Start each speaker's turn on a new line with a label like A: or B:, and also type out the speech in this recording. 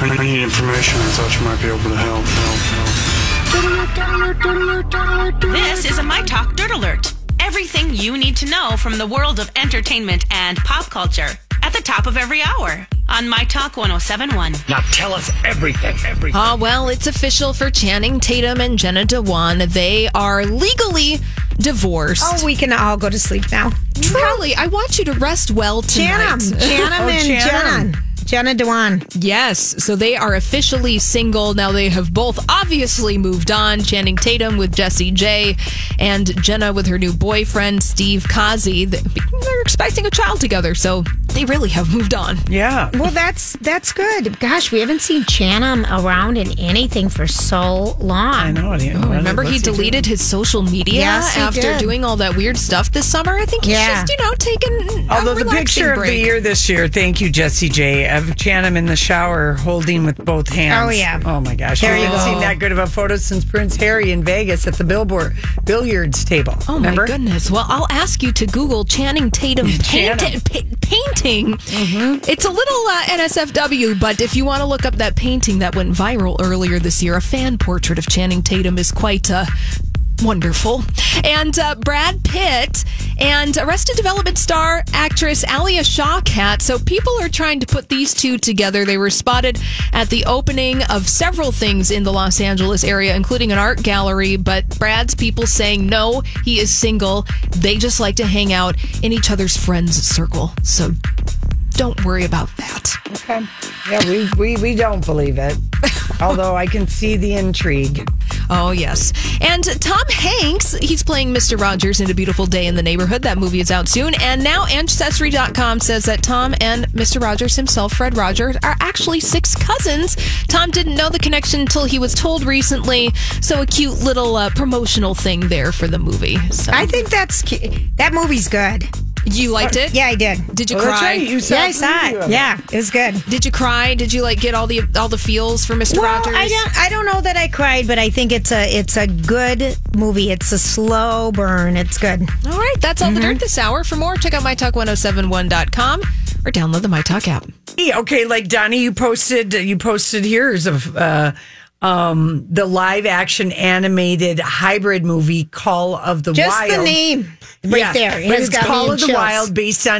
A: any information I thought you might be able to help. help, help.
B: This is a My Talk Dirt Alert. Everything you need to know from the world of entertainment and pop culture at the top of every hour on My Talk 1071.
C: Now tell us everything, everything.
D: Oh, well, it's official for Channing Tatum and Jenna Dewan. They are legally divorced.
E: Oh, we can all go to sleep now.
D: Truly, I want you to rest well tonight.
E: Janum, Janum,
D: Oh,
E: and
D: Janum.
E: Jenna. Jenna Dewan.
D: Yes, so they are officially single. Now they have both obviously moved on. Channing Tatum with Jesse J and Jenna with her new boyfriend, Steve Kazi. They're expecting a child together, so they really have moved on.
C: Yeah.
E: Well, that's that's good.
F: Gosh, we haven't seen Chanum around in anything for so long.
C: I know. it. Oh,
D: Remember, he deleted his social media
E: Yes, he
D: after
E: did.
D: doing all that weird stuff this summer. I think he's
E: Yeah.
D: just, you know, taking a
C: Although the
D: relaxing
C: picture of
D: break.
C: the year this year, thank you, Jesse J, of Channing in the shower holding with both hands.
E: Oh, yeah.
C: Oh my gosh.
E: There
C: we
E: you
C: haven't
E: go.
C: seen that good of a photo since Prince Harry in Vegas at the billboard billiards table.
D: Oh
C: Remember?
D: my goodness! Well, I'll ask you to Google Channing Tatum
C: Channing. Mm-hmm.
D: painti- pa- painting. It's a little uh, NSFW, but if you want to look up that painting that went viral earlier this year, a fan portrait of Channing Tatum is quite uh, wonderful. And uh, Brad Pitt and Arrested Development star actress Alia Shawkat. So people are trying to put these two together. They were spotted at the opening of several things in the Los Angeles area, including an art gallery. But Brad's people saying no, he is single. They just like to hang out in each other's friends' circle. So don't worry about that.
C: Okay. Yeah, we, we, we don't believe it. Although I can see the intrigue.
D: Oh, yes. And Tom Hanks, he's playing Mr. Rogers in A Beautiful Day in the Neighborhood. That movie is out soon. And now Ancestry.com says that Tom and Mr. Rogers himself, Fred Rogers, are actually six cousins. Tom didn't know the connection until he was told recently. So a cute little uh, promotional thing there for the movie. So
E: I think that's cu- that movie's good.
D: you liked it?
E: Yeah, I did.
D: Did you
C: Well, that's
D: cry?
C: right, you saw
E: Yeah, I
C: a
E: saw
C: preview
E: it.
C: of
E: Yeah, it was good.
D: Did you cry? Did you like get all the all the feels for Mr. Rogers?
E: I don't. I don't know that I cried, but I think it's a it's a good movie. It's a slow burn. It's good.
D: All right, that's all the
E: Mm-hmm.
D: dirt this hour. For more, check out mytalk1071.com or download the MyTalk app.
C: Hey, okay, like Donnie, you posted you posted here's of uh, um, the live action animated hybrid movie Call of the
E: Just
C: Wild.
E: the name right
C: Yeah,
E: there.
C: but
E: has
C: it's
E: got me
C: Call
E: in
C: of the
E: chills.
C: Wild based on